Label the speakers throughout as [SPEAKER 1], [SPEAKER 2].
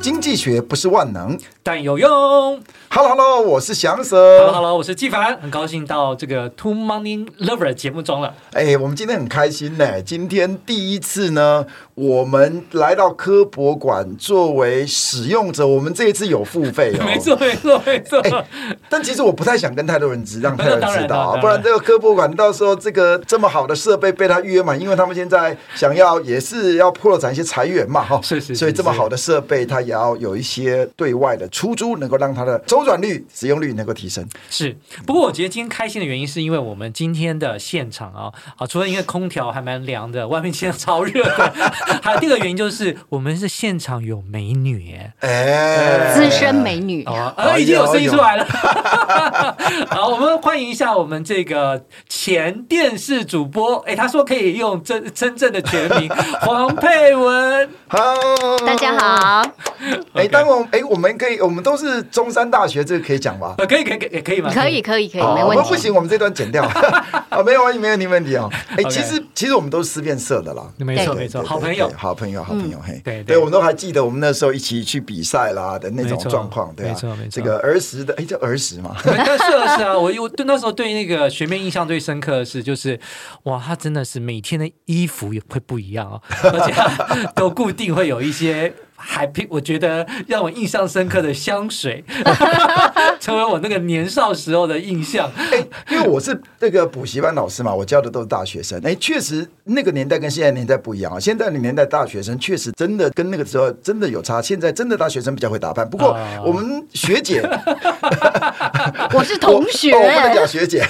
[SPEAKER 1] 经济学不是万能。
[SPEAKER 2] 但有用。
[SPEAKER 1] Hello Hello，我是祥
[SPEAKER 2] Hello
[SPEAKER 1] 蛇。
[SPEAKER 2] Hello，我是纪凡，很高兴到这个 Two Money Lover 节目中了。
[SPEAKER 1] 哎，我们今天很开心呢，今天第一次呢，我们来到科博馆作为使用者，我们这一次有付费哦。
[SPEAKER 2] 没错，没错，没错。
[SPEAKER 1] 但其实我不太想跟太多人知，让太多人知道啊，
[SPEAKER 2] 那当然当然
[SPEAKER 1] 不然这个科博馆到时候这个这么好的设备被他预约满，因为他们现在想要也是要破产一些裁员嘛，哈，
[SPEAKER 2] 是是是
[SPEAKER 1] 所以这么好的设备，它也要有一些对外的出租，能够让它的周转率、使用率能够提升。
[SPEAKER 2] 是，不过我觉得今天开心的原因是因为我们今天的现场啊，啊，除了因为空调还蛮凉的，外面现在超热的， 还有第二个原因就是我们是现场有美女耶。
[SPEAKER 1] 哎，
[SPEAKER 3] 资深美女，
[SPEAKER 2] 哦，
[SPEAKER 1] 哎
[SPEAKER 2] 呃，已经有
[SPEAKER 1] 有
[SPEAKER 2] 声音
[SPEAKER 1] 有
[SPEAKER 2] 出来了。
[SPEAKER 1] 哎
[SPEAKER 2] 好，我们欢迎一下我们这个前电视主播，哎，他说可以用真真正的全名 黄佩文。
[SPEAKER 1] 好，
[SPEAKER 3] 大家。好，
[SPEAKER 1] 哎，
[SPEAKER 2] OK
[SPEAKER 1] 当我哎，我们可以，我们都是中山大学，这个可以讲吧？
[SPEAKER 2] 呃，可以，可以，可以，可以吗？
[SPEAKER 3] 可以，。可以，可以，
[SPEAKER 1] 哦
[SPEAKER 3] 没
[SPEAKER 1] 我
[SPEAKER 3] 问
[SPEAKER 1] 们不
[SPEAKER 3] 题。
[SPEAKER 1] 行，我们这段剪 掉。啊，没有问题，没有你问题哦。哎，
[SPEAKER 2] OK
[SPEAKER 1] 其实其实我们都是思辨社的啦。
[SPEAKER 2] 没错，
[SPEAKER 3] 对嗯
[SPEAKER 2] 没错，
[SPEAKER 1] 对
[SPEAKER 2] 好
[SPEAKER 1] 对
[SPEAKER 2] 朋友
[SPEAKER 1] 对。好朋友，好朋友，嘿，
[SPEAKER 2] 对对
[SPEAKER 1] 我们都还记得我们那时候一起去比赛啦的那种
[SPEAKER 2] 没错
[SPEAKER 1] 状况，对啊，
[SPEAKER 2] 没错没错
[SPEAKER 1] 这个儿时的，哎，叫儿时嘛，
[SPEAKER 2] 但是啊是啊，我我对那时候对那个学妹印象最深刻的是，就是哇，她真的是每天的衣服也会不一样哦，而且她都固定会有一些还比我觉得让我印象深刻的香水， 成为我那个年少时候的印象。
[SPEAKER 1] 哎，因为我是这个补习班老师嘛，我教的都是大学生，哎，确实那个年代跟现在的年代不一样啊，现在的年代大学生确实真的跟那个时候真的有差，现在真的大学生比较会打扮，不过
[SPEAKER 2] 啊
[SPEAKER 1] 我们学 姐
[SPEAKER 3] 我是同学
[SPEAKER 1] 我，哦我不能讲学 姐，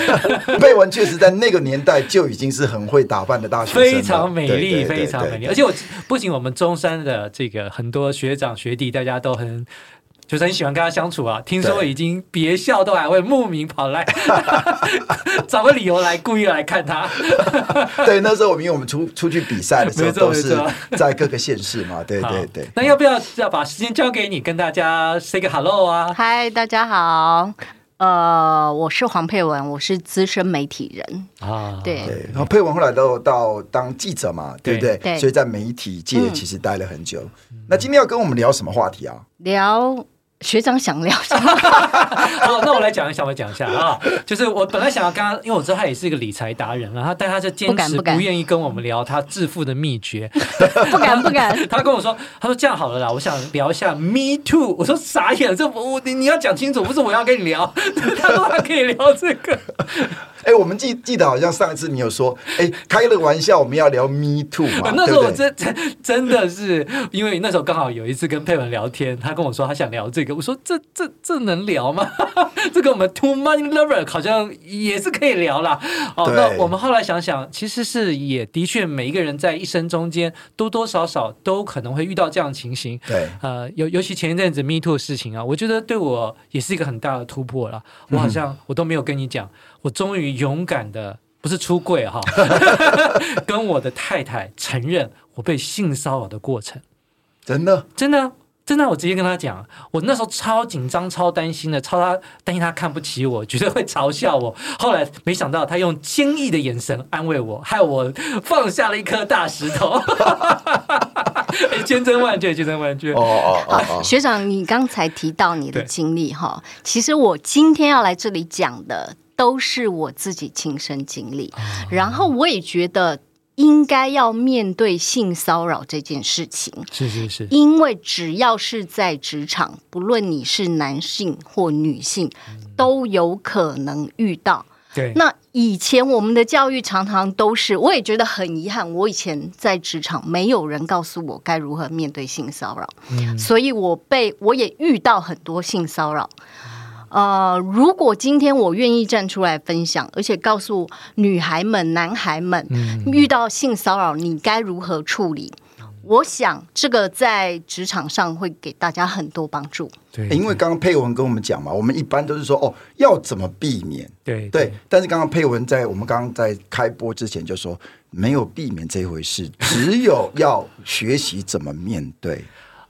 [SPEAKER 1] 贝文确实在那个年代就已经是很会打扮的大学生了，
[SPEAKER 2] 非常美
[SPEAKER 1] 对
[SPEAKER 2] 丽，
[SPEAKER 1] 对对
[SPEAKER 2] 非常
[SPEAKER 1] 对
[SPEAKER 2] 美丽。而且我不仅我们中山的这个很多学长学弟，大家都很。就是很喜欢跟他相处啊，听说
[SPEAKER 1] 对
[SPEAKER 2] 已经别校都还会慕名跑来， 找个理由来故意来看他。
[SPEAKER 1] 对，那时候我们因为我们出出去比赛的时候
[SPEAKER 2] 没错
[SPEAKER 1] 都是
[SPEAKER 2] 没错
[SPEAKER 1] 在各个县市嘛，对
[SPEAKER 2] 好
[SPEAKER 1] 对对。
[SPEAKER 2] 啊那要不要要把时间交给你，跟大家 say 个 hello 啊？
[SPEAKER 3] 嗨，大家好，呃，我是黄佩文，我是资深媒体人，
[SPEAKER 2] 啊，
[SPEAKER 3] 对，
[SPEAKER 1] 哦对，然后佩文后来都到当记者嘛，对不对？
[SPEAKER 3] 对对
[SPEAKER 1] 所以在媒体界其实待了很久。那今天要跟我们聊什么话题啊？
[SPEAKER 3] 聊学长想聊什么？
[SPEAKER 2] 好，那我来讲一下，我讲一下啊， 就是我本来想要跟他，因为我知道他也是一个理财达人啊，他但他就坚
[SPEAKER 3] 不敢
[SPEAKER 2] 持
[SPEAKER 3] 不敢
[SPEAKER 2] 不愿意跟我们聊他致富的秘诀，
[SPEAKER 3] 不敢，不敢。
[SPEAKER 2] 他跟我说，他说这样好了啦，我想聊一下 Me Too。我说傻眼了，这不我你你要讲清楚，不是我要跟你聊。 他说他可以聊这个，
[SPEAKER 1] 哎，我们记记得好像上一次你有说，哎，开了玩笑，我们要聊 Me Too 嘛，
[SPEAKER 2] 那时候
[SPEAKER 1] 对
[SPEAKER 2] 我
[SPEAKER 1] 不对？
[SPEAKER 2] 真真真的是，因为那时候刚好有一次跟佩文聊天，他跟我说他想聊这个，我说这这这能聊吗？ 这个我们 Too Money Lover 好像也是可以聊啦。哦，
[SPEAKER 1] 对
[SPEAKER 2] 那我们后来想想，其实是也的确每一个人在一生中间多多少少都可能会遇到这样的情形。
[SPEAKER 1] 对，
[SPEAKER 2] 呃，尤尤其前一阵子 Me Too 的事情啊，我觉得对我也是一个很大的突破了。我好像我都没有跟你讲，我终于勇敢的，不是出柜哈， 跟我的太太承认我被性骚扰的过程，
[SPEAKER 1] 真的，
[SPEAKER 2] 真的。真的，我直接跟她讲，我那时候超紧张、超担心的，超她担心她看不起我，觉得会嘲笑我。后来没想到，她用坚毅的眼神安慰我，害我放下了一颗大石头。 哎千真万确，千真万确。
[SPEAKER 1] 哦哦哦哦，
[SPEAKER 3] 学长，你刚才提到你的
[SPEAKER 2] 对
[SPEAKER 3] 经历哈，其实我今天要来这里讲的都是我自己亲身经历，
[SPEAKER 1] 哦
[SPEAKER 3] 然后我也觉得应该要面对性骚扰这件事情，
[SPEAKER 2] 是是是，
[SPEAKER 3] 因为只要是在职场，不论你是男性或女性，都有可能遇到。
[SPEAKER 2] 对，
[SPEAKER 3] 那以前我们的教育常常都是，我也觉得很遗憾，我以前在职场没有人告诉我该如何面对性骚扰。
[SPEAKER 2] 嗯
[SPEAKER 3] 所以我被我也遇到很多性骚扰。呃，如果今天我愿意站出来分享，而且告诉女孩们、男孩们，
[SPEAKER 2] 嗯
[SPEAKER 3] 遇到性骚扰你该如何处理，我想这个在职场上会给大家很多帮助。
[SPEAKER 2] 对
[SPEAKER 1] 哎因为刚刚佩文跟我们讲嘛，我们一般都是说哦，要怎么避免。
[SPEAKER 2] 对
[SPEAKER 1] 对，但是刚刚佩文在我们刚刚在开播之前就说，没有避免这一回事，只有要学习怎么面对。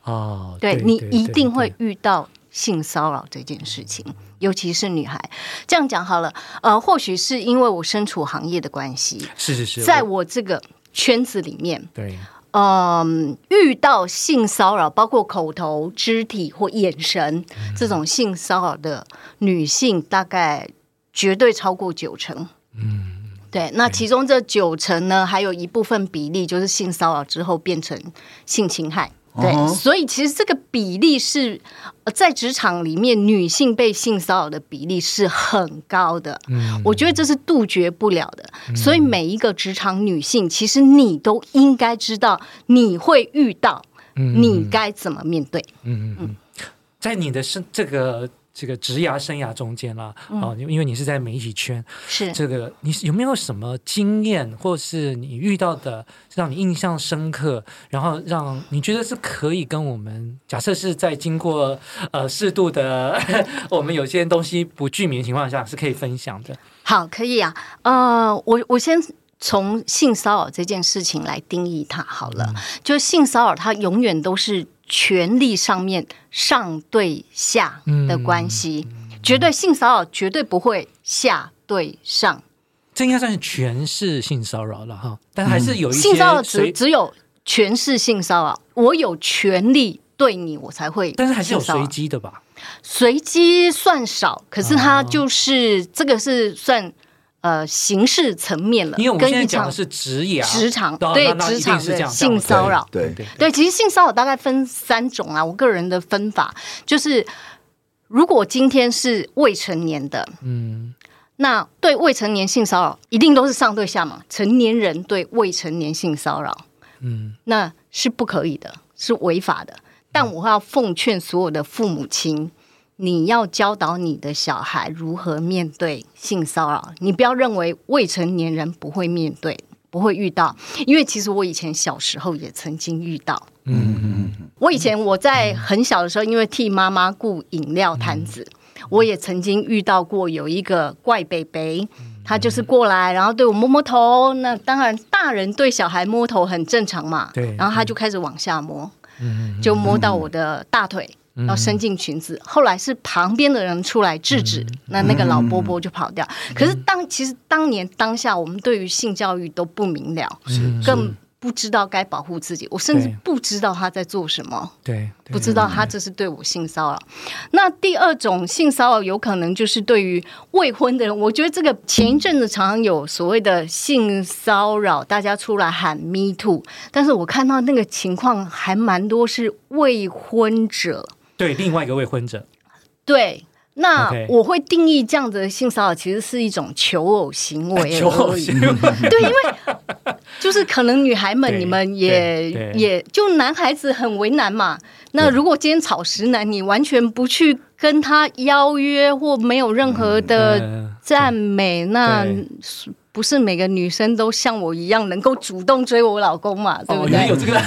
[SPEAKER 2] 哦，
[SPEAKER 3] 对你
[SPEAKER 2] 对
[SPEAKER 3] 一
[SPEAKER 2] 对
[SPEAKER 3] 定会
[SPEAKER 2] 对
[SPEAKER 3] 遇到性骚扰这件事情，尤其是女孩。这样讲好了，呃，或许是因为我身处行业的关系，
[SPEAKER 2] 是是是，
[SPEAKER 3] 在
[SPEAKER 2] 我
[SPEAKER 3] 我这个圈子里面，
[SPEAKER 2] 对
[SPEAKER 3] 嗯，遇到性骚扰，包括口头、肢体或眼神这种性骚扰的女性，大概绝对超过九成。嗯，对。那其中这九成呢，还有一部分比例就是性骚扰之后变成性侵害。对
[SPEAKER 1] 嗯哼
[SPEAKER 3] 所以其实这个比例是呃在职场里面女性被性骚扰的比例是很高的。
[SPEAKER 2] 嗯
[SPEAKER 3] 我觉得这是杜绝不了的。所以每一个职场女性，其实你都应该知道你会遇到，
[SPEAKER 2] 嗯
[SPEAKER 3] 你该怎么面对。
[SPEAKER 2] 嗯嗯嗯，在你的生这个这个职涯生涯中间啦，
[SPEAKER 3] 嗯
[SPEAKER 2] 哦，因为因为你是在媒体圈，
[SPEAKER 3] 是
[SPEAKER 2] 这个你有没有什么经验，或是你遇到的让你印象深刻，然后让你觉得是可以跟我们，假设是在经过呃适度的， 我们有些东西不具名的情况下是可以分享的。
[SPEAKER 3] 好，可以啊。呃，我我先从性骚扰这件事情来定义它好了。
[SPEAKER 2] 嗯
[SPEAKER 3] 就性骚扰，它永远都是权力上面上对下的关系，
[SPEAKER 2] 嗯
[SPEAKER 3] 绝对性骚扰绝对不会下对上。
[SPEAKER 2] 这应该算是全是性骚扰了哈，但还是有一些
[SPEAKER 3] 嗯性骚扰只
[SPEAKER 2] 随
[SPEAKER 3] 只有权势性骚扰，我有权利对你，我才会。
[SPEAKER 2] 但是还是有
[SPEAKER 3] 性骚扰
[SPEAKER 2] 随机的吧？
[SPEAKER 3] 随机算少，可是它
[SPEAKER 2] 哦
[SPEAKER 3] 就是、这个是算呃形式层面了，
[SPEAKER 2] 因为我们
[SPEAKER 3] 跟
[SPEAKER 2] 现在
[SPEAKER 3] 一
[SPEAKER 2] 讲的
[SPEAKER 3] 场
[SPEAKER 2] 是职涯、
[SPEAKER 3] 职场
[SPEAKER 2] 那
[SPEAKER 3] 对
[SPEAKER 2] 那那
[SPEAKER 3] 职
[SPEAKER 2] 一定
[SPEAKER 3] 场
[SPEAKER 2] 是
[SPEAKER 3] 的
[SPEAKER 2] 这样
[SPEAKER 3] 性
[SPEAKER 2] 这样
[SPEAKER 3] 骚扰
[SPEAKER 1] 对
[SPEAKER 2] 对，
[SPEAKER 3] 对，其实性骚扰大概分三种啊。我个人的分法就是，如果今天是未成年的，
[SPEAKER 2] 嗯
[SPEAKER 3] 那对未成年性骚扰一定都是上对下嘛。成年人对未成年性骚扰，
[SPEAKER 2] 嗯
[SPEAKER 3] 那是不可以的，是违法的。但我要奉劝所有的父母亲，你要教导你的小孩如何面对性骚扰，你不要认为未成年人不会面对。不会遇到，因为其实我以前小时候也曾经遇到，
[SPEAKER 2] 嗯
[SPEAKER 3] 我以前我在很小的时候，因为替妈妈顾饮料摊子，
[SPEAKER 2] 嗯
[SPEAKER 3] 我也曾经遇到过有一个怪北北，他就是过来，然后对我摸摸头。那当然，大人对小孩摸头很正常嘛。
[SPEAKER 2] 对
[SPEAKER 3] 然后他就开始往下摸，
[SPEAKER 2] 嗯
[SPEAKER 3] 就摸到我的大腿，然后伸进裙子。后来是旁边的人出来制止，
[SPEAKER 2] 嗯
[SPEAKER 3] 那那个老伯伯就跑掉。可是当其实当年当下，我们对于性教育都不明了，
[SPEAKER 2] 嗯，
[SPEAKER 3] 更不知道该保护自己，我甚至
[SPEAKER 2] 对
[SPEAKER 3] 不知道他在做什么。
[SPEAKER 2] 对，对
[SPEAKER 3] 不知道他这是对我性骚扰。那第二种性骚扰有可能就是对于未婚的人，我觉得这个前一阵子常常有所谓的性骚扰，大家出来喊 “me too”，但是我看到那个情况还蛮多是未婚者。
[SPEAKER 2] 对另外一个未婚者，
[SPEAKER 3] 对，那
[SPEAKER 2] OK
[SPEAKER 3] 我会定义这样子的性骚扰其实是一种求偶行为而 已，
[SPEAKER 2] 求偶行为
[SPEAKER 3] 就是可能女孩们
[SPEAKER 2] 对
[SPEAKER 3] 你们也
[SPEAKER 2] 对对
[SPEAKER 3] 也就男孩子很为难嘛。那如果今天草食男，你完全不去跟他邀约或没有任何的
[SPEAKER 2] 嗯
[SPEAKER 3] 赞美，那
[SPEAKER 2] 对
[SPEAKER 3] 是不是每个女生都像我一样能够主动追我老公嘛？对
[SPEAKER 2] 哦，
[SPEAKER 3] 不
[SPEAKER 2] 原来有
[SPEAKER 3] 对？
[SPEAKER 2] 这个，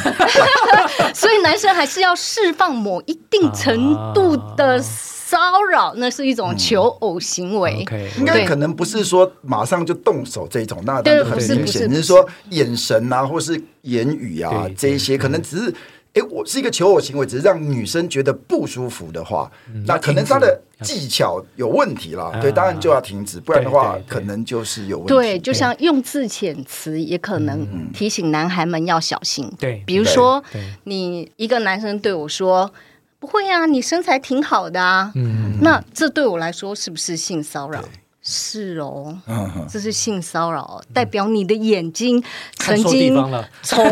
[SPEAKER 3] 所以男生还是要释放某一定程度的骚扰，那是一种求偶行 为。
[SPEAKER 2] 嗯 OK，
[SPEAKER 1] 应该
[SPEAKER 3] 对
[SPEAKER 1] 可能不是说马上就动手这种，那
[SPEAKER 3] 对
[SPEAKER 1] 那就很
[SPEAKER 3] 不
[SPEAKER 2] 是
[SPEAKER 1] 明
[SPEAKER 2] 不
[SPEAKER 3] 是
[SPEAKER 1] 显，
[SPEAKER 3] 不
[SPEAKER 1] 只
[SPEAKER 3] 是
[SPEAKER 1] 是说眼神啊，或是言语啊
[SPEAKER 2] 对
[SPEAKER 1] 这一些，可能只是。哎，我是一个求偶行为，只是让女生觉得不舒服的话，
[SPEAKER 2] 嗯
[SPEAKER 1] 那可能她的技巧有问题啦。
[SPEAKER 2] 啊
[SPEAKER 1] 对，当然就要停止，不然的话
[SPEAKER 2] 对对，对
[SPEAKER 1] 可能就是有问题。
[SPEAKER 3] 对，就像用字遣词也可
[SPEAKER 2] 嗯
[SPEAKER 3] 能提醒男孩们要小心。
[SPEAKER 2] 对
[SPEAKER 3] 比如说
[SPEAKER 2] 对对
[SPEAKER 3] 你一个男生对我说：“不会啊，你身材挺好的啊。”那这对我来说是不是性骚扰？是哦，
[SPEAKER 1] 嗯哼
[SPEAKER 3] 这是性骚扰，代表你的眼睛曾
[SPEAKER 2] 看错地
[SPEAKER 3] 经
[SPEAKER 2] 方了
[SPEAKER 3] 从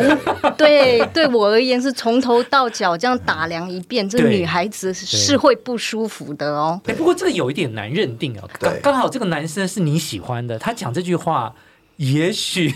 [SPEAKER 3] 对对我而言是从头到脚这样打量一遍，这
[SPEAKER 2] 对
[SPEAKER 3] 女孩子是会不舒服的哦。
[SPEAKER 2] 哎，不过这个有一点难认定啊，刚
[SPEAKER 1] 对
[SPEAKER 2] 刚好这个男生是你喜欢的，他讲这句话，也许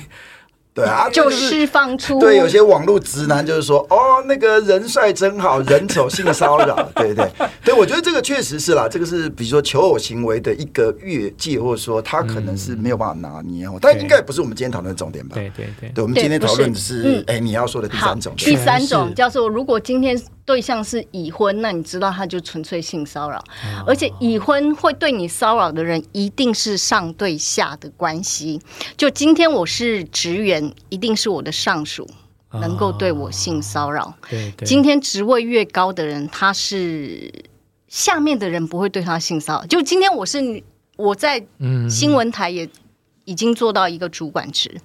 [SPEAKER 1] 对啊，
[SPEAKER 3] 就
[SPEAKER 1] 就是
[SPEAKER 3] 释放出
[SPEAKER 1] 对有些网络直男就是说，哦，那个人帅真好，人丑性骚扰，对对对，我觉得这个确实是啦，这个是比如说求偶行为的一个越界，或者说他可能是没有办法拿捏哦，但应该不是我们今天讨论的重点吧？
[SPEAKER 2] 对对对，
[SPEAKER 1] 对，我们今天
[SPEAKER 3] 对不
[SPEAKER 1] 讨
[SPEAKER 3] 是
[SPEAKER 1] 论的是
[SPEAKER 3] 嗯，
[SPEAKER 1] 哎，你要说的第
[SPEAKER 3] 好
[SPEAKER 1] 三，种，
[SPEAKER 3] 第三
[SPEAKER 2] 全
[SPEAKER 3] 种
[SPEAKER 2] 是
[SPEAKER 3] 叫做，如果今天对象是已婚，那你知道他就纯粹性骚扰，
[SPEAKER 2] 哦
[SPEAKER 3] 而且已婚会对你骚扰的人一定是上对下的关系。就今天我是职员，一定是我的上属
[SPEAKER 2] 哦
[SPEAKER 3] 能够对我性骚扰。
[SPEAKER 2] 对对，
[SPEAKER 3] 今天职位越高的人，他是下面的人不会对他性骚扰。就今天我是我在
[SPEAKER 2] 嗯
[SPEAKER 3] 新闻台也。已经做到一个主管职，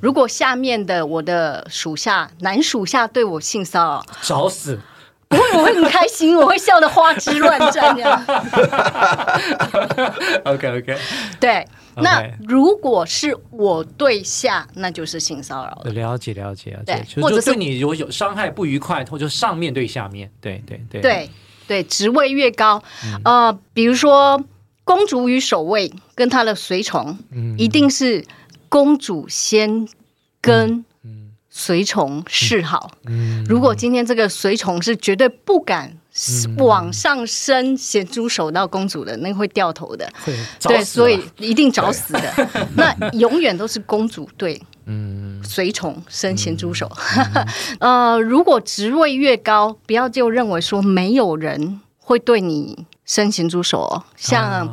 [SPEAKER 3] 如果下面的我的属下男属下对我性骚扰，
[SPEAKER 2] 找死！
[SPEAKER 3] 我会我会很开心，我会笑得花枝乱颤这样。
[SPEAKER 2] OK OK，
[SPEAKER 3] 对，那
[SPEAKER 2] OK
[SPEAKER 3] 如果是我对下，那就是性骚扰了。
[SPEAKER 2] 了解了解了解
[SPEAKER 3] 对，
[SPEAKER 2] 就
[SPEAKER 3] 或者
[SPEAKER 2] 就是对你如果有伤害不愉快，或者上面对下面，对对对，嗯
[SPEAKER 3] 对对，职位越高，呃，比如说公主与守卫跟她的随从，
[SPEAKER 2] 嗯
[SPEAKER 3] 一定是公主先跟随从示好。
[SPEAKER 2] 嗯
[SPEAKER 3] 如果今天这个随从是绝对不敢
[SPEAKER 2] 嗯
[SPEAKER 3] 往上伸咸猪手到公主的，那会掉头的。
[SPEAKER 2] 会找
[SPEAKER 3] 对，
[SPEAKER 2] 死
[SPEAKER 3] 所以
[SPEAKER 2] 啊
[SPEAKER 3] 一定找死的。 那永远都是公主对，嗯，随从伸咸猪手。
[SPEAKER 2] 嗯
[SPEAKER 3] 呃，如果职位越高，不要就认为说没有人会对你伸咸猪手、哦，像、
[SPEAKER 2] 啊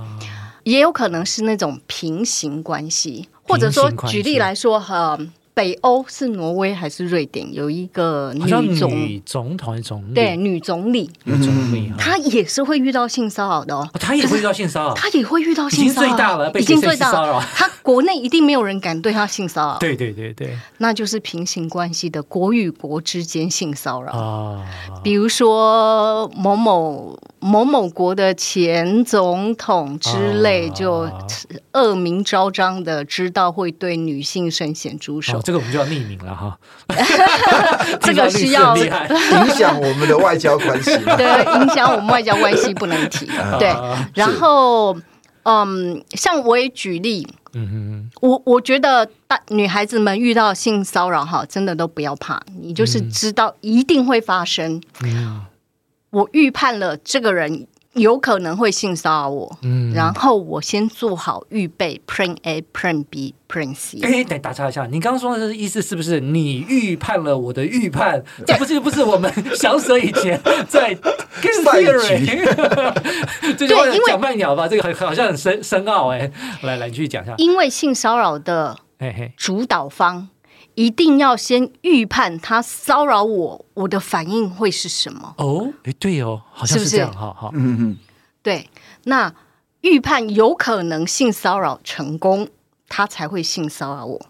[SPEAKER 3] 也有可能是那种平行关系，或者说
[SPEAKER 2] 平行关系
[SPEAKER 3] 举例来说，呃，北欧是挪威还是瑞典有一个
[SPEAKER 2] 好像
[SPEAKER 3] 女总，
[SPEAKER 2] 女嗯总统还是总理，
[SPEAKER 3] 对，女总理，
[SPEAKER 2] 女总理哈，
[SPEAKER 3] 她也是会遇到性骚扰的哦。
[SPEAKER 2] 哦她也会遇到性骚扰，
[SPEAKER 3] 他也会遇到性骚扰，
[SPEAKER 2] 已经最大了被
[SPEAKER 3] 已经
[SPEAKER 2] 谁
[SPEAKER 3] 最大
[SPEAKER 2] 性骚扰
[SPEAKER 3] 了。 他国内一定没有人敢对他性骚扰，
[SPEAKER 2] 对对对对
[SPEAKER 3] 那就是平行关系的国与国之间性骚扰。
[SPEAKER 2] 啊，
[SPEAKER 3] 比如说某某某某国的前总统之类，
[SPEAKER 2] 啊
[SPEAKER 3] 就恶名昭彰的知道会对女性伸咸猪手，
[SPEAKER 2] 哦，这个我们就要匿名了 哈，
[SPEAKER 3] 这个是要
[SPEAKER 2] 听说律师很厉 害。
[SPEAKER 1] 影响我们的外交关系嘛。
[SPEAKER 3] 对，影响我们外交关系不能提。对，
[SPEAKER 2] 啊
[SPEAKER 3] 然后嗯，像我也举例，
[SPEAKER 2] 嗯哼
[SPEAKER 3] 我我觉得大女孩子们遇到性骚扰哈，真的都不要怕，你就是知道一定会发生。
[SPEAKER 2] 嗯
[SPEAKER 3] 我预判了这个人有可能会性骚扰我，
[SPEAKER 2] 嗯，
[SPEAKER 3] 然后我先做好预备，Plan A、Plan B、Plan C。
[SPEAKER 2] 哎，等打岔一下，你刚刚说的意思是不是你预判了我的预判？这不是不是我们小舍以前在 game
[SPEAKER 1] 赛
[SPEAKER 2] theory，这句话
[SPEAKER 3] 对因为
[SPEAKER 2] 讲慢点吧，这个很好像很深深奥哎。来来，你继续讲一下。
[SPEAKER 3] 因为性骚扰的
[SPEAKER 2] 嘿嘿，
[SPEAKER 3] 主导方一定要先预判他骚扰我，我的反应会是什么。
[SPEAKER 2] 哦，哎对哦，好像
[SPEAKER 3] 是
[SPEAKER 2] 这
[SPEAKER 3] 不是
[SPEAKER 2] 样，哈哈。
[SPEAKER 1] 嗯嗯，
[SPEAKER 3] 对，那预判有可能性骚扰成功，他才会性骚扰我。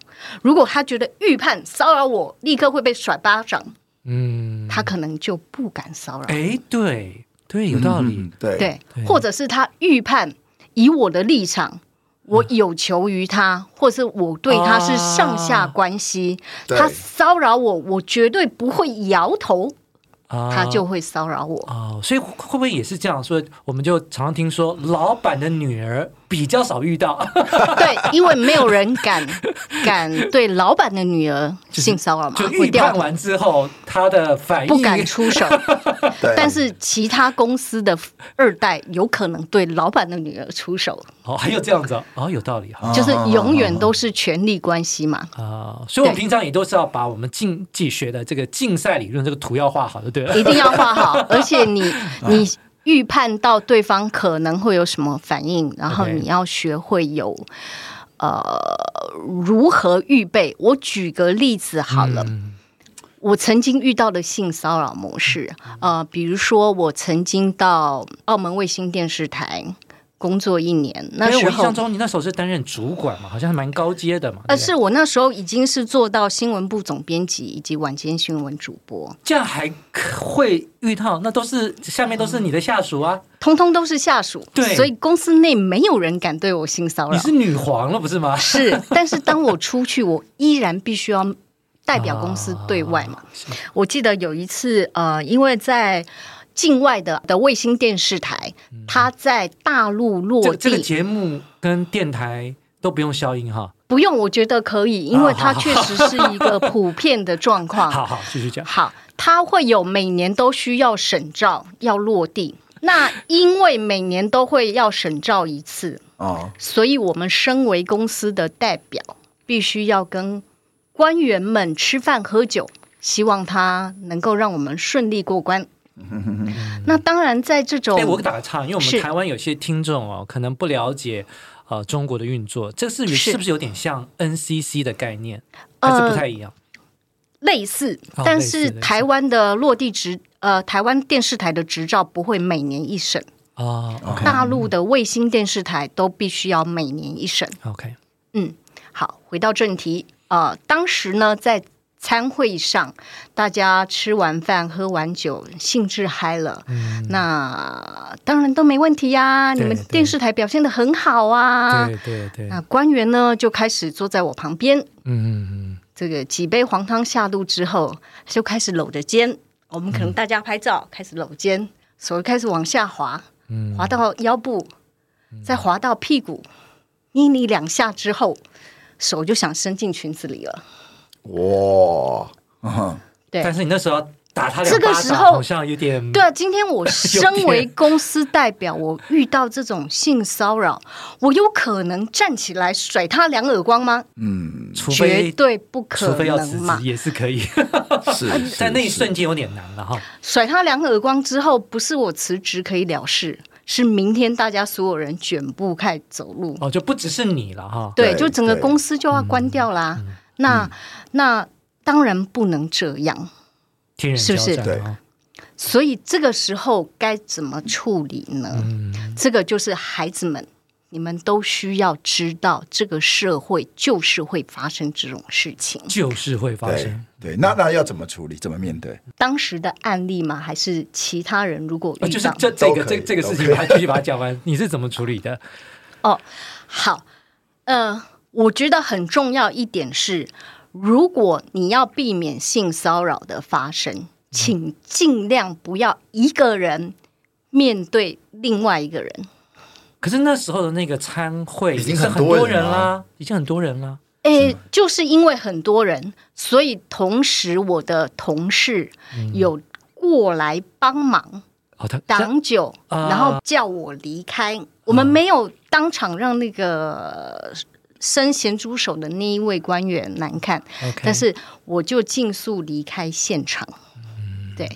[SPEAKER 3] 如果他觉得预判骚扰我立刻会被甩巴掌，
[SPEAKER 2] 嗯，
[SPEAKER 3] 他可能就不敢骚扰。
[SPEAKER 2] 哎，对对，有道理
[SPEAKER 1] 嗯。对
[SPEAKER 3] 对
[SPEAKER 2] 对，
[SPEAKER 3] 或者是他预判以我的立场。我有求于他，或是我对他是上下
[SPEAKER 2] 啊
[SPEAKER 3] 关系，
[SPEAKER 1] 对
[SPEAKER 3] 他骚扰我，我绝对不会摇头，
[SPEAKER 2] 啊
[SPEAKER 3] 嗯他就会骚扰我。
[SPEAKER 2] 哦，所以会会不会也是这样说？我们就常听说老板的女儿比较少遇到，
[SPEAKER 3] 对，因为没有人 敢敢对老板的女儿性骚扰 嘛，
[SPEAKER 2] 就
[SPEAKER 3] 会
[SPEAKER 2] 预
[SPEAKER 3] 掉
[SPEAKER 2] 判
[SPEAKER 3] 头。
[SPEAKER 2] 完之后，她的反应
[SPEAKER 3] 不敢出手，
[SPEAKER 1] 对，啊
[SPEAKER 3] 但是其他公司的二代有可能对老板的女儿出手，
[SPEAKER 2] 哦，还有这样子哦，哦有道理哈
[SPEAKER 3] 就是永远都是权力关系嘛。
[SPEAKER 2] 啊、所以我们
[SPEAKER 3] 对
[SPEAKER 2] 平常也都是要把我们竞自己学的这个竞赛理论这个图要画好，就对了。
[SPEAKER 3] 一定要 画好，而且你
[SPEAKER 2] 啊
[SPEAKER 3] 你预判到对方可能会有什么反应，然后
[SPEAKER 2] OK
[SPEAKER 3] 你要学会有呃如何预备。我举个例子好了。
[SPEAKER 2] 嗯
[SPEAKER 3] 我曾经遇到的性骚扰模式，
[SPEAKER 2] 嗯
[SPEAKER 3] 呃，比如说我曾经到澳门卫星电视台工作一年，那
[SPEAKER 2] 因为
[SPEAKER 3] 时
[SPEAKER 2] 哎我印
[SPEAKER 3] 候
[SPEAKER 2] 象中你那时候是担任主管嘛，好像还蛮高阶的嘛。
[SPEAKER 3] 呃，
[SPEAKER 2] 对不对
[SPEAKER 3] 是我那时候已经是做到新闻部总编辑以及晚间新闻主播，
[SPEAKER 2] 这样还可会遇到，那都是下面都是你的下属啊，
[SPEAKER 3] 通通都是下属，
[SPEAKER 2] 对
[SPEAKER 3] 所以公司内没有人敢对我性骚
[SPEAKER 2] 你
[SPEAKER 3] 扰。
[SPEAKER 2] 是女皇了不是吗？
[SPEAKER 3] 是，但是当我出去，我依然必须要代表公
[SPEAKER 2] 啊
[SPEAKER 3] 司对外嘛。我记得有一次，呃，因为在境外的的卫星电视台，它在大陆
[SPEAKER 2] 嗯
[SPEAKER 3] 落
[SPEAKER 2] 这
[SPEAKER 3] 地，
[SPEAKER 2] 个这个节目跟电台都不用消音哈。
[SPEAKER 3] 不用，我觉得可以，因为它确实是一个普遍的状
[SPEAKER 2] 啊
[SPEAKER 3] 况。
[SPEAKER 2] 好好，继续讲。
[SPEAKER 3] 好，它会有每年都需要审照，要落地。那因为每年都会要审照一次，
[SPEAKER 1] 哦，
[SPEAKER 3] 所以我们身为公司的代表，必须要跟官员们吃饭喝酒，希望他能够让我们顺利过关。
[SPEAKER 2] 嗯
[SPEAKER 3] 那当然，在这种
[SPEAKER 2] 哎、我打个岔，因为我们
[SPEAKER 3] 是
[SPEAKER 2] 台湾有些听众哦，可能不了解呃中国的运作，这是
[SPEAKER 3] 是
[SPEAKER 2] 是不是有点像 NCC 的概念，还是不
[SPEAKER 3] 呃
[SPEAKER 2] 太一样？
[SPEAKER 3] 类似
[SPEAKER 2] 哦，
[SPEAKER 3] 但
[SPEAKER 2] 类似类
[SPEAKER 3] 是
[SPEAKER 2] 似
[SPEAKER 3] 台湾的落地执呃，台湾电视台的执照不会每年一审，
[SPEAKER 2] 哦
[SPEAKER 3] 大陆的卫星电视台都必须要每年一审。
[SPEAKER 2] ，OK，
[SPEAKER 3] 嗯，好，回到正题，呃，当时呢，在餐会上，大家吃完饭、喝完酒，兴致嗨了，那当然都没问题呀、
[SPEAKER 2] 嗯
[SPEAKER 3] 你
[SPEAKER 2] 对
[SPEAKER 3] 们
[SPEAKER 2] 对
[SPEAKER 3] 电视台表现的很好啊
[SPEAKER 2] 对。对对，
[SPEAKER 3] 那官员呢，就开始坐在我旁边，
[SPEAKER 2] 嗯嗯
[SPEAKER 3] 这个几杯黄汤下肚之后，就开始搂着肩。我们可
[SPEAKER 2] 嗯
[SPEAKER 3] 能大家拍照，开始搂肩，手开始往下滑，
[SPEAKER 2] 嗯
[SPEAKER 3] 滑到腰部，再滑到屁股，捏你两下之后，手就想伸进裙子里了。
[SPEAKER 1] 哇，嗯哼
[SPEAKER 2] 嗯，
[SPEAKER 3] 对
[SPEAKER 2] 但是你那时候要打他两
[SPEAKER 3] 这个
[SPEAKER 2] 巴掌
[SPEAKER 3] 时候
[SPEAKER 2] 好像有点
[SPEAKER 3] 对啊，今天我身为公司代表，我遇到这种性骚扰，我有可能站起来甩他两耳光吗？
[SPEAKER 1] 嗯，
[SPEAKER 2] 除
[SPEAKER 3] 绝
[SPEAKER 2] 非
[SPEAKER 3] 对不可
[SPEAKER 2] 除非要辞
[SPEAKER 3] 能嘛
[SPEAKER 2] 职！也是可以，
[SPEAKER 1] 是是
[SPEAKER 2] 在那一
[SPEAKER 1] 是
[SPEAKER 2] 瞬间有点难了哈。
[SPEAKER 3] 甩他两耳光之后，不是我辞职可以了事，是明天大家所有人卷步开始走路。
[SPEAKER 2] 哦，就不只是你了哈。
[SPEAKER 3] 对，
[SPEAKER 1] 对
[SPEAKER 3] 就整个
[SPEAKER 1] 对
[SPEAKER 3] 公司就要关掉啦。那、那当然不能这样，
[SPEAKER 2] 天人
[SPEAKER 3] 是
[SPEAKER 2] 交
[SPEAKER 3] 不是
[SPEAKER 2] 战
[SPEAKER 1] 对
[SPEAKER 2] 啊
[SPEAKER 3] 所以这个时候该怎么处理呢？
[SPEAKER 2] 嗯
[SPEAKER 3] 这个就是孩子们，你们都需要知道，这个社会就是会发生这种事情。
[SPEAKER 2] 就是会发
[SPEAKER 1] 对
[SPEAKER 2] 生。
[SPEAKER 1] 对，那那要怎么处理？怎么面对？
[SPEAKER 3] 当时的案例吗？还是其他人如果遇到、
[SPEAKER 2] 啊就是这这
[SPEAKER 1] 都
[SPEAKER 2] 个
[SPEAKER 1] 可以
[SPEAKER 2] 这这个
[SPEAKER 1] 都
[SPEAKER 2] 事
[SPEAKER 1] 可以
[SPEAKER 2] 情，把 它继续把它讲完，你是怎么处理的？
[SPEAKER 3] 哦，好，呃，我觉得很重要一点是，如果你要避免性骚扰的发生，请尽量不要一个人面对另外一个人。
[SPEAKER 2] 可是那时候的那个参会
[SPEAKER 1] 已经
[SPEAKER 2] 是
[SPEAKER 1] 很
[SPEAKER 2] 很
[SPEAKER 1] 多人
[SPEAKER 2] 人
[SPEAKER 1] 了
[SPEAKER 2] 啦，已经很多人啦。
[SPEAKER 3] 诶，就是因为很多人，所以同时我的同事有过来帮忙
[SPEAKER 2] 哦，他这
[SPEAKER 3] 挡酒，
[SPEAKER 2] 啊
[SPEAKER 3] 然后叫我离开。我们没有当场让那个伸咸猪手的那一位官员难看，
[SPEAKER 2] OK，
[SPEAKER 3] 但是我就尽速离开现场。对，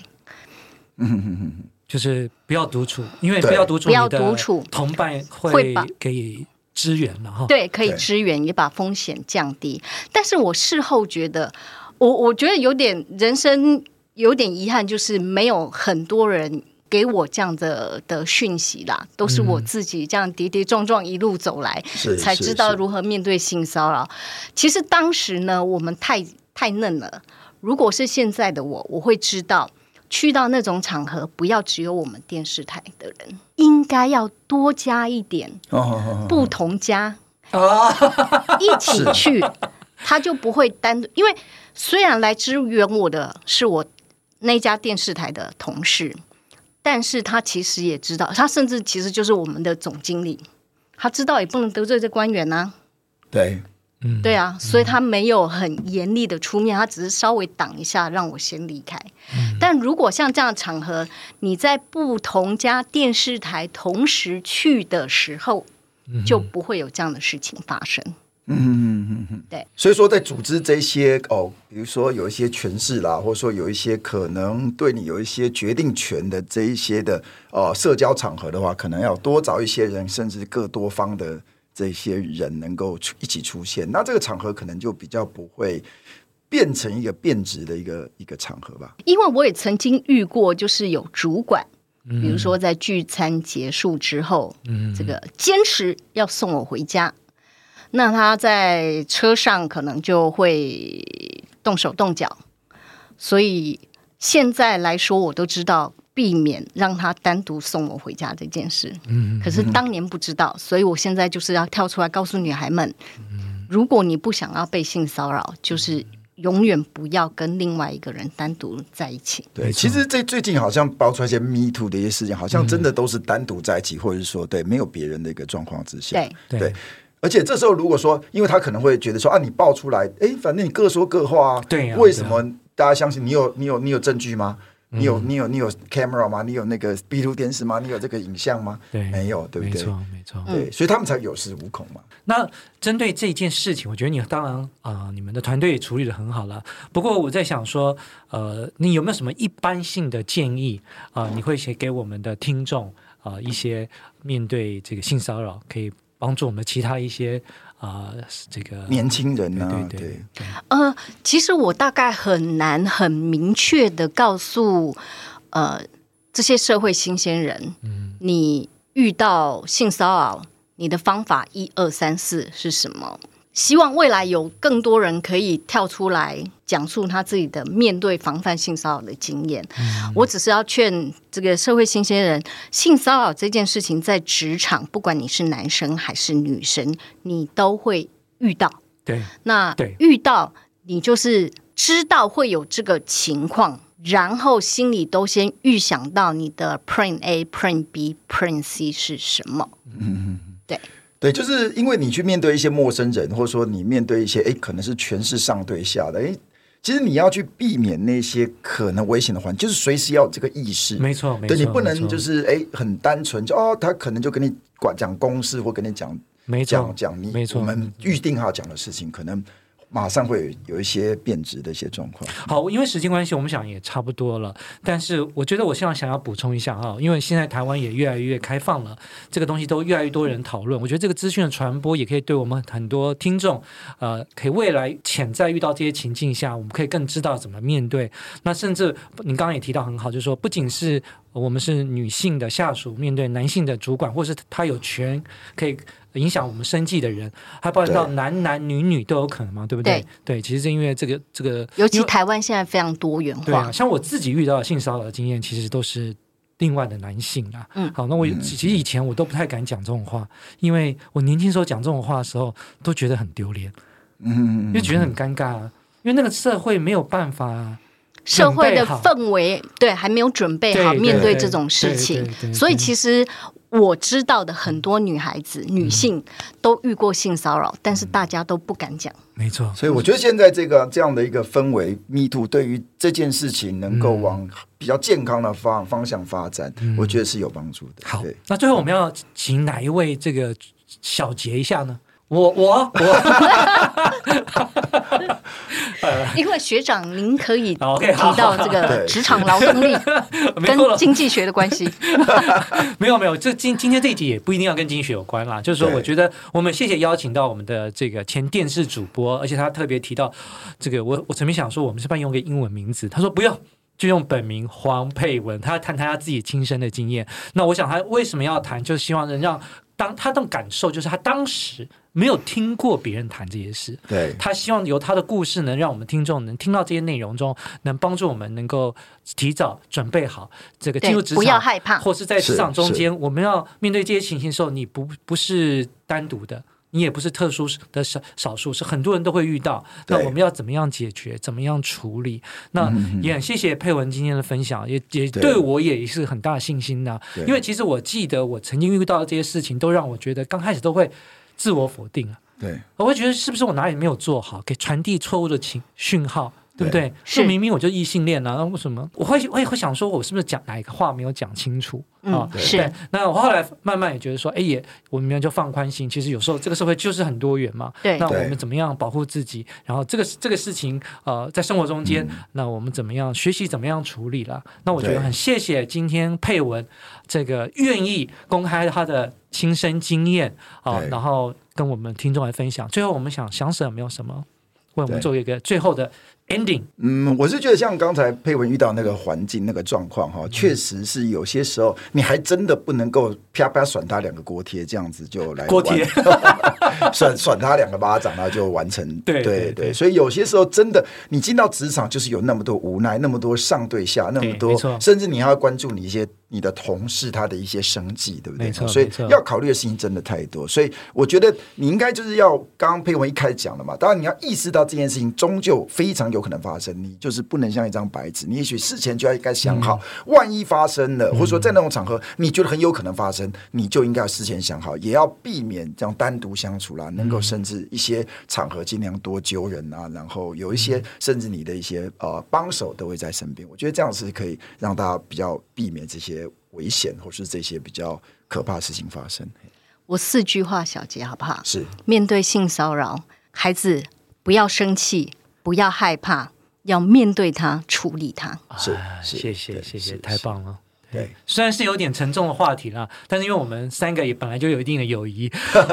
[SPEAKER 2] 就是不要独处，因为
[SPEAKER 1] 对
[SPEAKER 2] 不要独处，
[SPEAKER 3] 不要
[SPEAKER 2] 你的
[SPEAKER 3] 独处
[SPEAKER 2] 同伴
[SPEAKER 3] 会吧
[SPEAKER 2] 给支援了哈。
[SPEAKER 3] 对，可以
[SPEAKER 1] 哦对
[SPEAKER 3] 支援，也把风险降低。但是我事后觉得，我我觉得有点人生有点遗憾，就是没有很多人。给我这样的的讯息啦，都是我自己这样跌跌撞撞一路走来，
[SPEAKER 1] 嗯是
[SPEAKER 3] 才知道
[SPEAKER 1] 是
[SPEAKER 3] 如何面对性骚扰。其实当时呢，我们太太嫩了。如果是现在的我，我会知道，去到那种场合，不要只有我们电视台的人，应该要多加一点
[SPEAKER 1] 哦哦哦
[SPEAKER 3] 不同家、
[SPEAKER 2] 啊，
[SPEAKER 3] 一起去，他就不会单独。因为虽然来支援我的是我那家电视台的同事，但是他其实也知道，他甚至其实就是我们的总经理，他知道也不能得罪这官员啊呐、
[SPEAKER 1] 对，
[SPEAKER 2] 嗯，
[SPEAKER 3] 对啊，所以他没有很严厉的出面，他只是稍微挡一下，让我先离开。但如果像这样的场合，你在不同家电视台同时去的时候，就不会有这样的事情发生。
[SPEAKER 1] 所以说，在组织这些哦，比如说有一些权势啦，或者说有一些可能对你有一些决定权的这一些的呃社交场合的话，可能要多找一些人，甚至各多方的这些人能够出一起出现，那这个场合可能就比较不会变成一个变质的一个一个场合吧。
[SPEAKER 3] 因为我也曾经遇过，就是有主管，比如说在聚餐结束之后，这个坚持要送我回家，那他在车上可能就会动手动脚，所以现在来说，我都知道。避免让他单独送我回家这件事，可是当年不知道，所以我现在就是要跳出来告诉女孩们，如果你不想要被性骚扰，就是永远不要跟另外一个人单独在一起。
[SPEAKER 1] 对，其实这最近好像爆出来一些 Me Too 的一些事情，好像真的都是单独在一起，或者是说对没有别人的一个状况之下。
[SPEAKER 3] 对，
[SPEAKER 2] 对
[SPEAKER 1] 对，而且这时候如果说，因为他可能会觉得说啊，你爆出来，哎，反正你各说各话啊，
[SPEAKER 2] 对啊嗯
[SPEAKER 1] 为什么大家相信你有你有你有证据吗？你有你有你有 camera 吗？你有那个闭路电视吗？你有这个影像吗？
[SPEAKER 2] 对
[SPEAKER 1] 没有，对
[SPEAKER 2] 没
[SPEAKER 1] 不对？
[SPEAKER 2] 错没错。
[SPEAKER 1] 对，所以他们才有恃无恐嘛。
[SPEAKER 2] 那针对这件事情，我觉得你当然啊、呃你们的团队也处理的很好了。不过我在想说，呃，你有没有什么一般性的建议啊、你会写给我们的听众啊、一些面对这个性骚扰可以帮助我们其他一些啊、这个
[SPEAKER 1] 年轻人呢、
[SPEAKER 2] 对
[SPEAKER 1] 对
[SPEAKER 2] 对对对
[SPEAKER 3] 呃，其实我大概很难很明确的告诉呃这些社会新鲜人，你遇到性骚扰，你的方法一二三四是什么？希望未来有更多人可以跳出来讲述他自己的面对防范性骚扰的经验。我只是要劝这个社会新鲜人，性骚扰这件事情在职场，不管你是男生还是女生，你都会遇到。
[SPEAKER 2] 对，
[SPEAKER 3] 那
[SPEAKER 2] 对
[SPEAKER 3] 遇到你就是知道会有这个情况，然后心里都先预想到你的 Plan A、Plan B、Plan C 是什么。
[SPEAKER 1] 对，就是因为你去面对一些陌生人，或者说你面对一些哎，诶可能是全是上对下的，哎，其实你要去避免那些可能危险的环境，就是随时要有这个意识。
[SPEAKER 2] 没错，没错，
[SPEAKER 1] 对你不
[SPEAKER 2] 没
[SPEAKER 1] 能
[SPEAKER 2] 错
[SPEAKER 1] 就是哎、很单纯就哦，他可能就跟你管讲公事或跟你讲
[SPEAKER 2] 没错
[SPEAKER 1] 讲讲你
[SPEAKER 2] 没错嗯
[SPEAKER 1] 我们预定好讲的事情，可能马上会有有一些变质的一些状况。
[SPEAKER 2] 好，因为时间关系，我们想也差不多了。但是我觉得我现在想要补充一下啊哈，因为现在台湾也越来越开放了，这个东西都越来越多人讨论。我觉得这个资讯的传播也可以对我们很多听众，呃，可以未来潜在遇到这些情境下，我们可以更知道怎么面对。那甚至您刚刚也提到很好，就是说不仅是我们是女性的下属面对男性的主管，或是他有权可以影响我们生计的人，还包括到
[SPEAKER 1] 对
[SPEAKER 2] 男男女女都有可能嘛，对不对？对，其实是因为这个这个，
[SPEAKER 3] 尤其
[SPEAKER 2] 因为
[SPEAKER 3] 台湾现在非常多元
[SPEAKER 2] 对
[SPEAKER 3] 化
[SPEAKER 2] 啊，，像我自己遇到的性骚扰的经验，其实都是另外的男性啊。
[SPEAKER 3] 嗯
[SPEAKER 2] 好，那我其其实以前我都不太敢讲这种话，因为我年轻时候讲这种话的时候，都觉得很丢脸，
[SPEAKER 1] 嗯，
[SPEAKER 2] 因为觉得很尴尬啊，因为那个社会没有办法啊。
[SPEAKER 3] 社会的
[SPEAKER 2] 准备好
[SPEAKER 3] 氛围对还没有准备好
[SPEAKER 2] 对对
[SPEAKER 3] 面
[SPEAKER 2] 对
[SPEAKER 3] 这种事
[SPEAKER 2] 对
[SPEAKER 3] 情
[SPEAKER 2] 对对，对
[SPEAKER 3] 所以其实。我知道的很多女孩子、女性都遇过性骚扰，但是大家都不敢讲。
[SPEAKER 2] 没错，
[SPEAKER 1] 所以我觉得现在这个这样的一个氛围，Me Too 对于这件事情能
[SPEAKER 2] 嗯
[SPEAKER 1] 够往比较健康的方方向发展，我觉得是有帮助的。
[SPEAKER 2] 好
[SPEAKER 1] 对，
[SPEAKER 2] 那最后我们要请哪一位这个小结一下呢？我我 我
[SPEAKER 3] 因为学长，您可以
[SPEAKER 2] 嗯 好，OK，好
[SPEAKER 3] 提到这个
[SPEAKER 1] 对
[SPEAKER 3] 职场劳动力
[SPEAKER 2] 没有了
[SPEAKER 3] 跟，经济学的关系。
[SPEAKER 2] 没有没有，这今今天这一集也不一定要跟经济学有关啦。就是说，
[SPEAKER 1] 对
[SPEAKER 2] 我觉得我们谢谢邀请到我们的这个前电视主播，而且他特别提到这个，我我曾经想说我们是不是要用个英文名字，他说不用。就用本名黄佩文，他谈谈他自己亲身的经验。那我想他为什么要谈，就是希望能让当他的感受，就是他当时没有听过别人谈这些事，
[SPEAKER 1] 对，
[SPEAKER 2] 他希望由他的故事能让我们听众能听到这些内容中，能帮助我们能够提早准备好这个进入
[SPEAKER 3] 对，
[SPEAKER 2] 职
[SPEAKER 3] 不要
[SPEAKER 2] 场，
[SPEAKER 3] 害怕。
[SPEAKER 2] 或是在职
[SPEAKER 1] 是
[SPEAKER 2] 场中
[SPEAKER 1] 是
[SPEAKER 2] 间，我们要面对这些情形的时候，你不不是单独的，你也不是特殊的少少数，是很多人都会遇到。那
[SPEAKER 1] 对嗯
[SPEAKER 2] 我们要怎么样解决？怎么样处理？那也很谢谢佩文今天的分享，也也
[SPEAKER 1] 对
[SPEAKER 2] 对我也是很大的信心呐、
[SPEAKER 1] 对
[SPEAKER 2] 因为其实我记得我曾经遇到的这些事情，都让我觉得刚开始都会自我否定啊。
[SPEAKER 1] 对，
[SPEAKER 2] 我会觉得是不是我哪里没有做好，给传递错误的情讯号，对不对？
[SPEAKER 3] 是
[SPEAKER 2] 说明明我就异性恋啊，那为什么我会我也会想说，我是不是讲哪一个话没有讲清楚啊
[SPEAKER 3] 嗯？是
[SPEAKER 2] 对那我后来慢慢也觉得说，哎，也我们就放宽心。其实有时候这个社会就是很多元嘛。
[SPEAKER 3] 对
[SPEAKER 2] 那我们怎么样保护自己？然后这个这个事情，呃，在生活中间，那我们怎么样学习，怎么样处理啦？那我觉
[SPEAKER 1] 嗯
[SPEAKER 2] 得
[SPEAKER 1] 对
[SPEAKER 2] 很谢谢今天佩文这个愿意公开他的亲身经验啊、
[SPEAKER 1] 对
[SPEAKER 2] 然后跟我们听众来分享。最后，我们想想什没有什么为我们
[SPEAKER 1] 对
[SPEAKER 2] 做一个最后的 ending？
[SPEAKER 1] 嗯，我是觉得像刚才佩文遇到那个环境那个状况
[SPEAKER 2] 嗯
[SPEAKER 1] 哈，确实是有些时候你还真的不能够啪啪甩他两个锅贴这样子就来
[SPEAKER 2] 锅贴
[SPEAKER 1] 完 甩甩他两个巴掌，然后就完成。
[SPEAKER 2] 对
[SPEAKER 1] 对
[SPEAKER 2] 对对
[SPEAKER 1] 所以有些时候真的你进到职场就是有那么多无奈，那么多上对下，那么
[SPEAKER 2] 没
[SPEAKER 1] 多
[SPEAKER 2] 错
[SPEAKER 1] 甚至你还要关注你一些你的同事他的一些生计，对不对？
[SPEAKER 2] 没错
[SPEAKER 1] 所以
[SPEAKER 2] 没错
[SPEAKER 1] 要考虑的事情真的太多，所以我觉得你应该就是要刚刚佩文一开始讲的嘛，当然你要意识到这件事情终究非常有可能发生，你就是不能像一张白纸，你也许事前就要应该想好，
[SPEAKER 2] 嗯
[SPEAKER 1] 万一发生了，或者说在那种场合你觉得很有可能发生，你就应该事前想好，也要避免这样单独相处啦，能够甚至一些场合尽量多揪人啊，然后有一些
[SPEAKER 2] 嗯
[SPEAKER 1] 甚至你的一些呃帮手都会在身边，我觉得这样是可以让大家比较避免这些危险或是这些比较可怕的事情发生。
[SPEAKER 3] 我四句话小结好不好？
[SPEAKER 1] 是
[SPEAKER 3] 面对性骚扰，孩子不要生气，不要害怕，要面对它，处理它。
[SPEAKER 1] 是
[SPEAKER 2] 啊
[SPEAKER 1] 是
[SPEAKER 2] 谢谢
[SPEAKER 1] 对
[SPEAKER 2] 谢谢，
[SPEAKER 1] 是
[SPEAKER 2] 太棒了。
[SPEAKER 1] 对，
[SPEAKER 2] 虽然是有点沉重的话题啦，但是因为我们三个也本来就有一定的 友谊，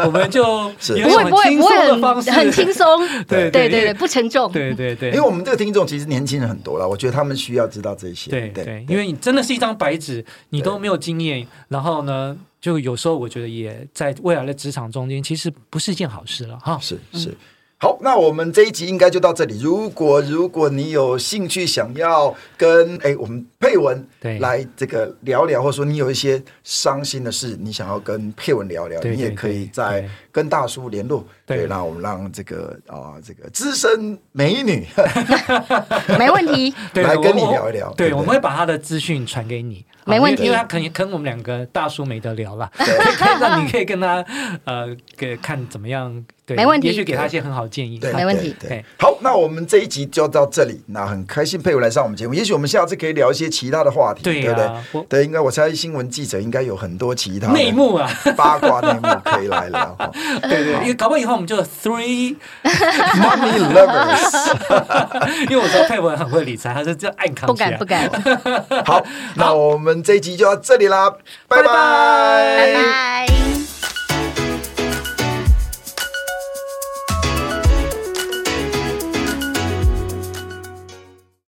[SPEAKER 2] 我们就
[SPEAKER 1] 不
[SPEAKER 2] 用
[SPEAKER 3] 不会
[SPEAKER 2] 很
[SPEAKER 3] 不会
[SPEAKER 2] 轻
[SPEAKER 3] 不
[SPEAKER 2] 松
[SPEAKER 3] 会
[SPEAKER 2] 的方
[SPEAKER 3] 很
[SPEAKER 2] 式，
[SPEAKER 3] 很轻松，
[SPEAKER 2] 对
[SPEAKER 3] 对对
[SPEAKER 2] 因为
[SPEAKER 3] 对，不沉
[SPEAKER 1] 哦
[SPEAKER 3] 重，
[SPEAKER 2] 对对对，
[SPEAKER 1] 因为我们这个听众其实年轻人很多了，我觉得他们需要知道这些。
[SPEAKER 2] 对
[SPEAKER 1] 对
[SPEAKER 2] 对，因为你真的是一张白纸，你都没有经验，然后呢，就有时候我觉得也在未来的职场中间，其实不是一件好事了哈。
[SPEAKER 1] 是是。好，那我们这一集应该就到这里。如果如果你有兴趣想要跟哎我们佩文
[SPEAKER 2] 对
[SPEAKER 1] 来这个聊聊，或者说你有一些伤心的事，你想要跟佩文聊聊，
[SPEAKER 2] 对
[SPEAKER 1] 你也
[SPEAKER 2] 对
[SPEAKER 1] 可以
[SPEAKER 2] 对
[SPEAKER 1] 再
[SPEAKER 2] 对
[SPEAKER 1] 跟大叔联络。
[SPEAKER 2] 对
[SPEAKER 1] 对，那我们让这个啊、这个资深美女
[SPEAKER 3] 没问 题。
[SPEAKER 2] 对，
[SPEAKER 1] 来跟你
[SPEAKER 2] 我我
[SPEAKER 1] 聊一聊对
[SPEAKER 2] 对，
[SPEAKER 1] 不
[SPEAKER 2] 我
[SPEAKER 1] 对
[SPEAKER 2] 们会把他的资讯传给你，啊
[SPEAKER 3] 没问题
[SPEAKER 2] 因为因为他可能跟我们两个大叔没得聊了， 那你可以跟他呃，给看怎么样，对，
[SPEAKER 3] 没问题
[SPEAKER 2] 也许给他一些很好的建议，啊
[SPEAKER 1] 对，
[SPEAKER 3] 没问题
[SPEAKER 1] 对
[SPEAKER 2] 对
[SPEAKER 1] 好，那我们这一集就到这里。那很开心佩文来上我们节目，也许我们下次可以聊一些其他的话题，
[SPEAKER 2] 对
[SPEAKER 1] 不对
[SPEAKER 2] 呀？，我
[SPEAKER 1] 对，应该我猜新闻记者应该有很多其他的
[SPEAKER 2] 内 幕啊，
[SPEAKER 1] 八卦内幕可以来聊。哈
[SPEAKER 2] 对 对，因为搞不好以后我们就 three，
[SPEAKER 1] Money lovers，
[SPEAKER 2] 因为我说佩文很会理财，他是这样暗扛
[SPEAKER 3] 不
[SPEAKER 2] 起来
[SPEAKER 3] 敢不 敢，
[SPEAKER 1] 好，那我们这一集就到这里啦，拜
[SPEAKER 2] 拜
[SPEAKER 1] 拜
[SPEAKER 3] 拜拜。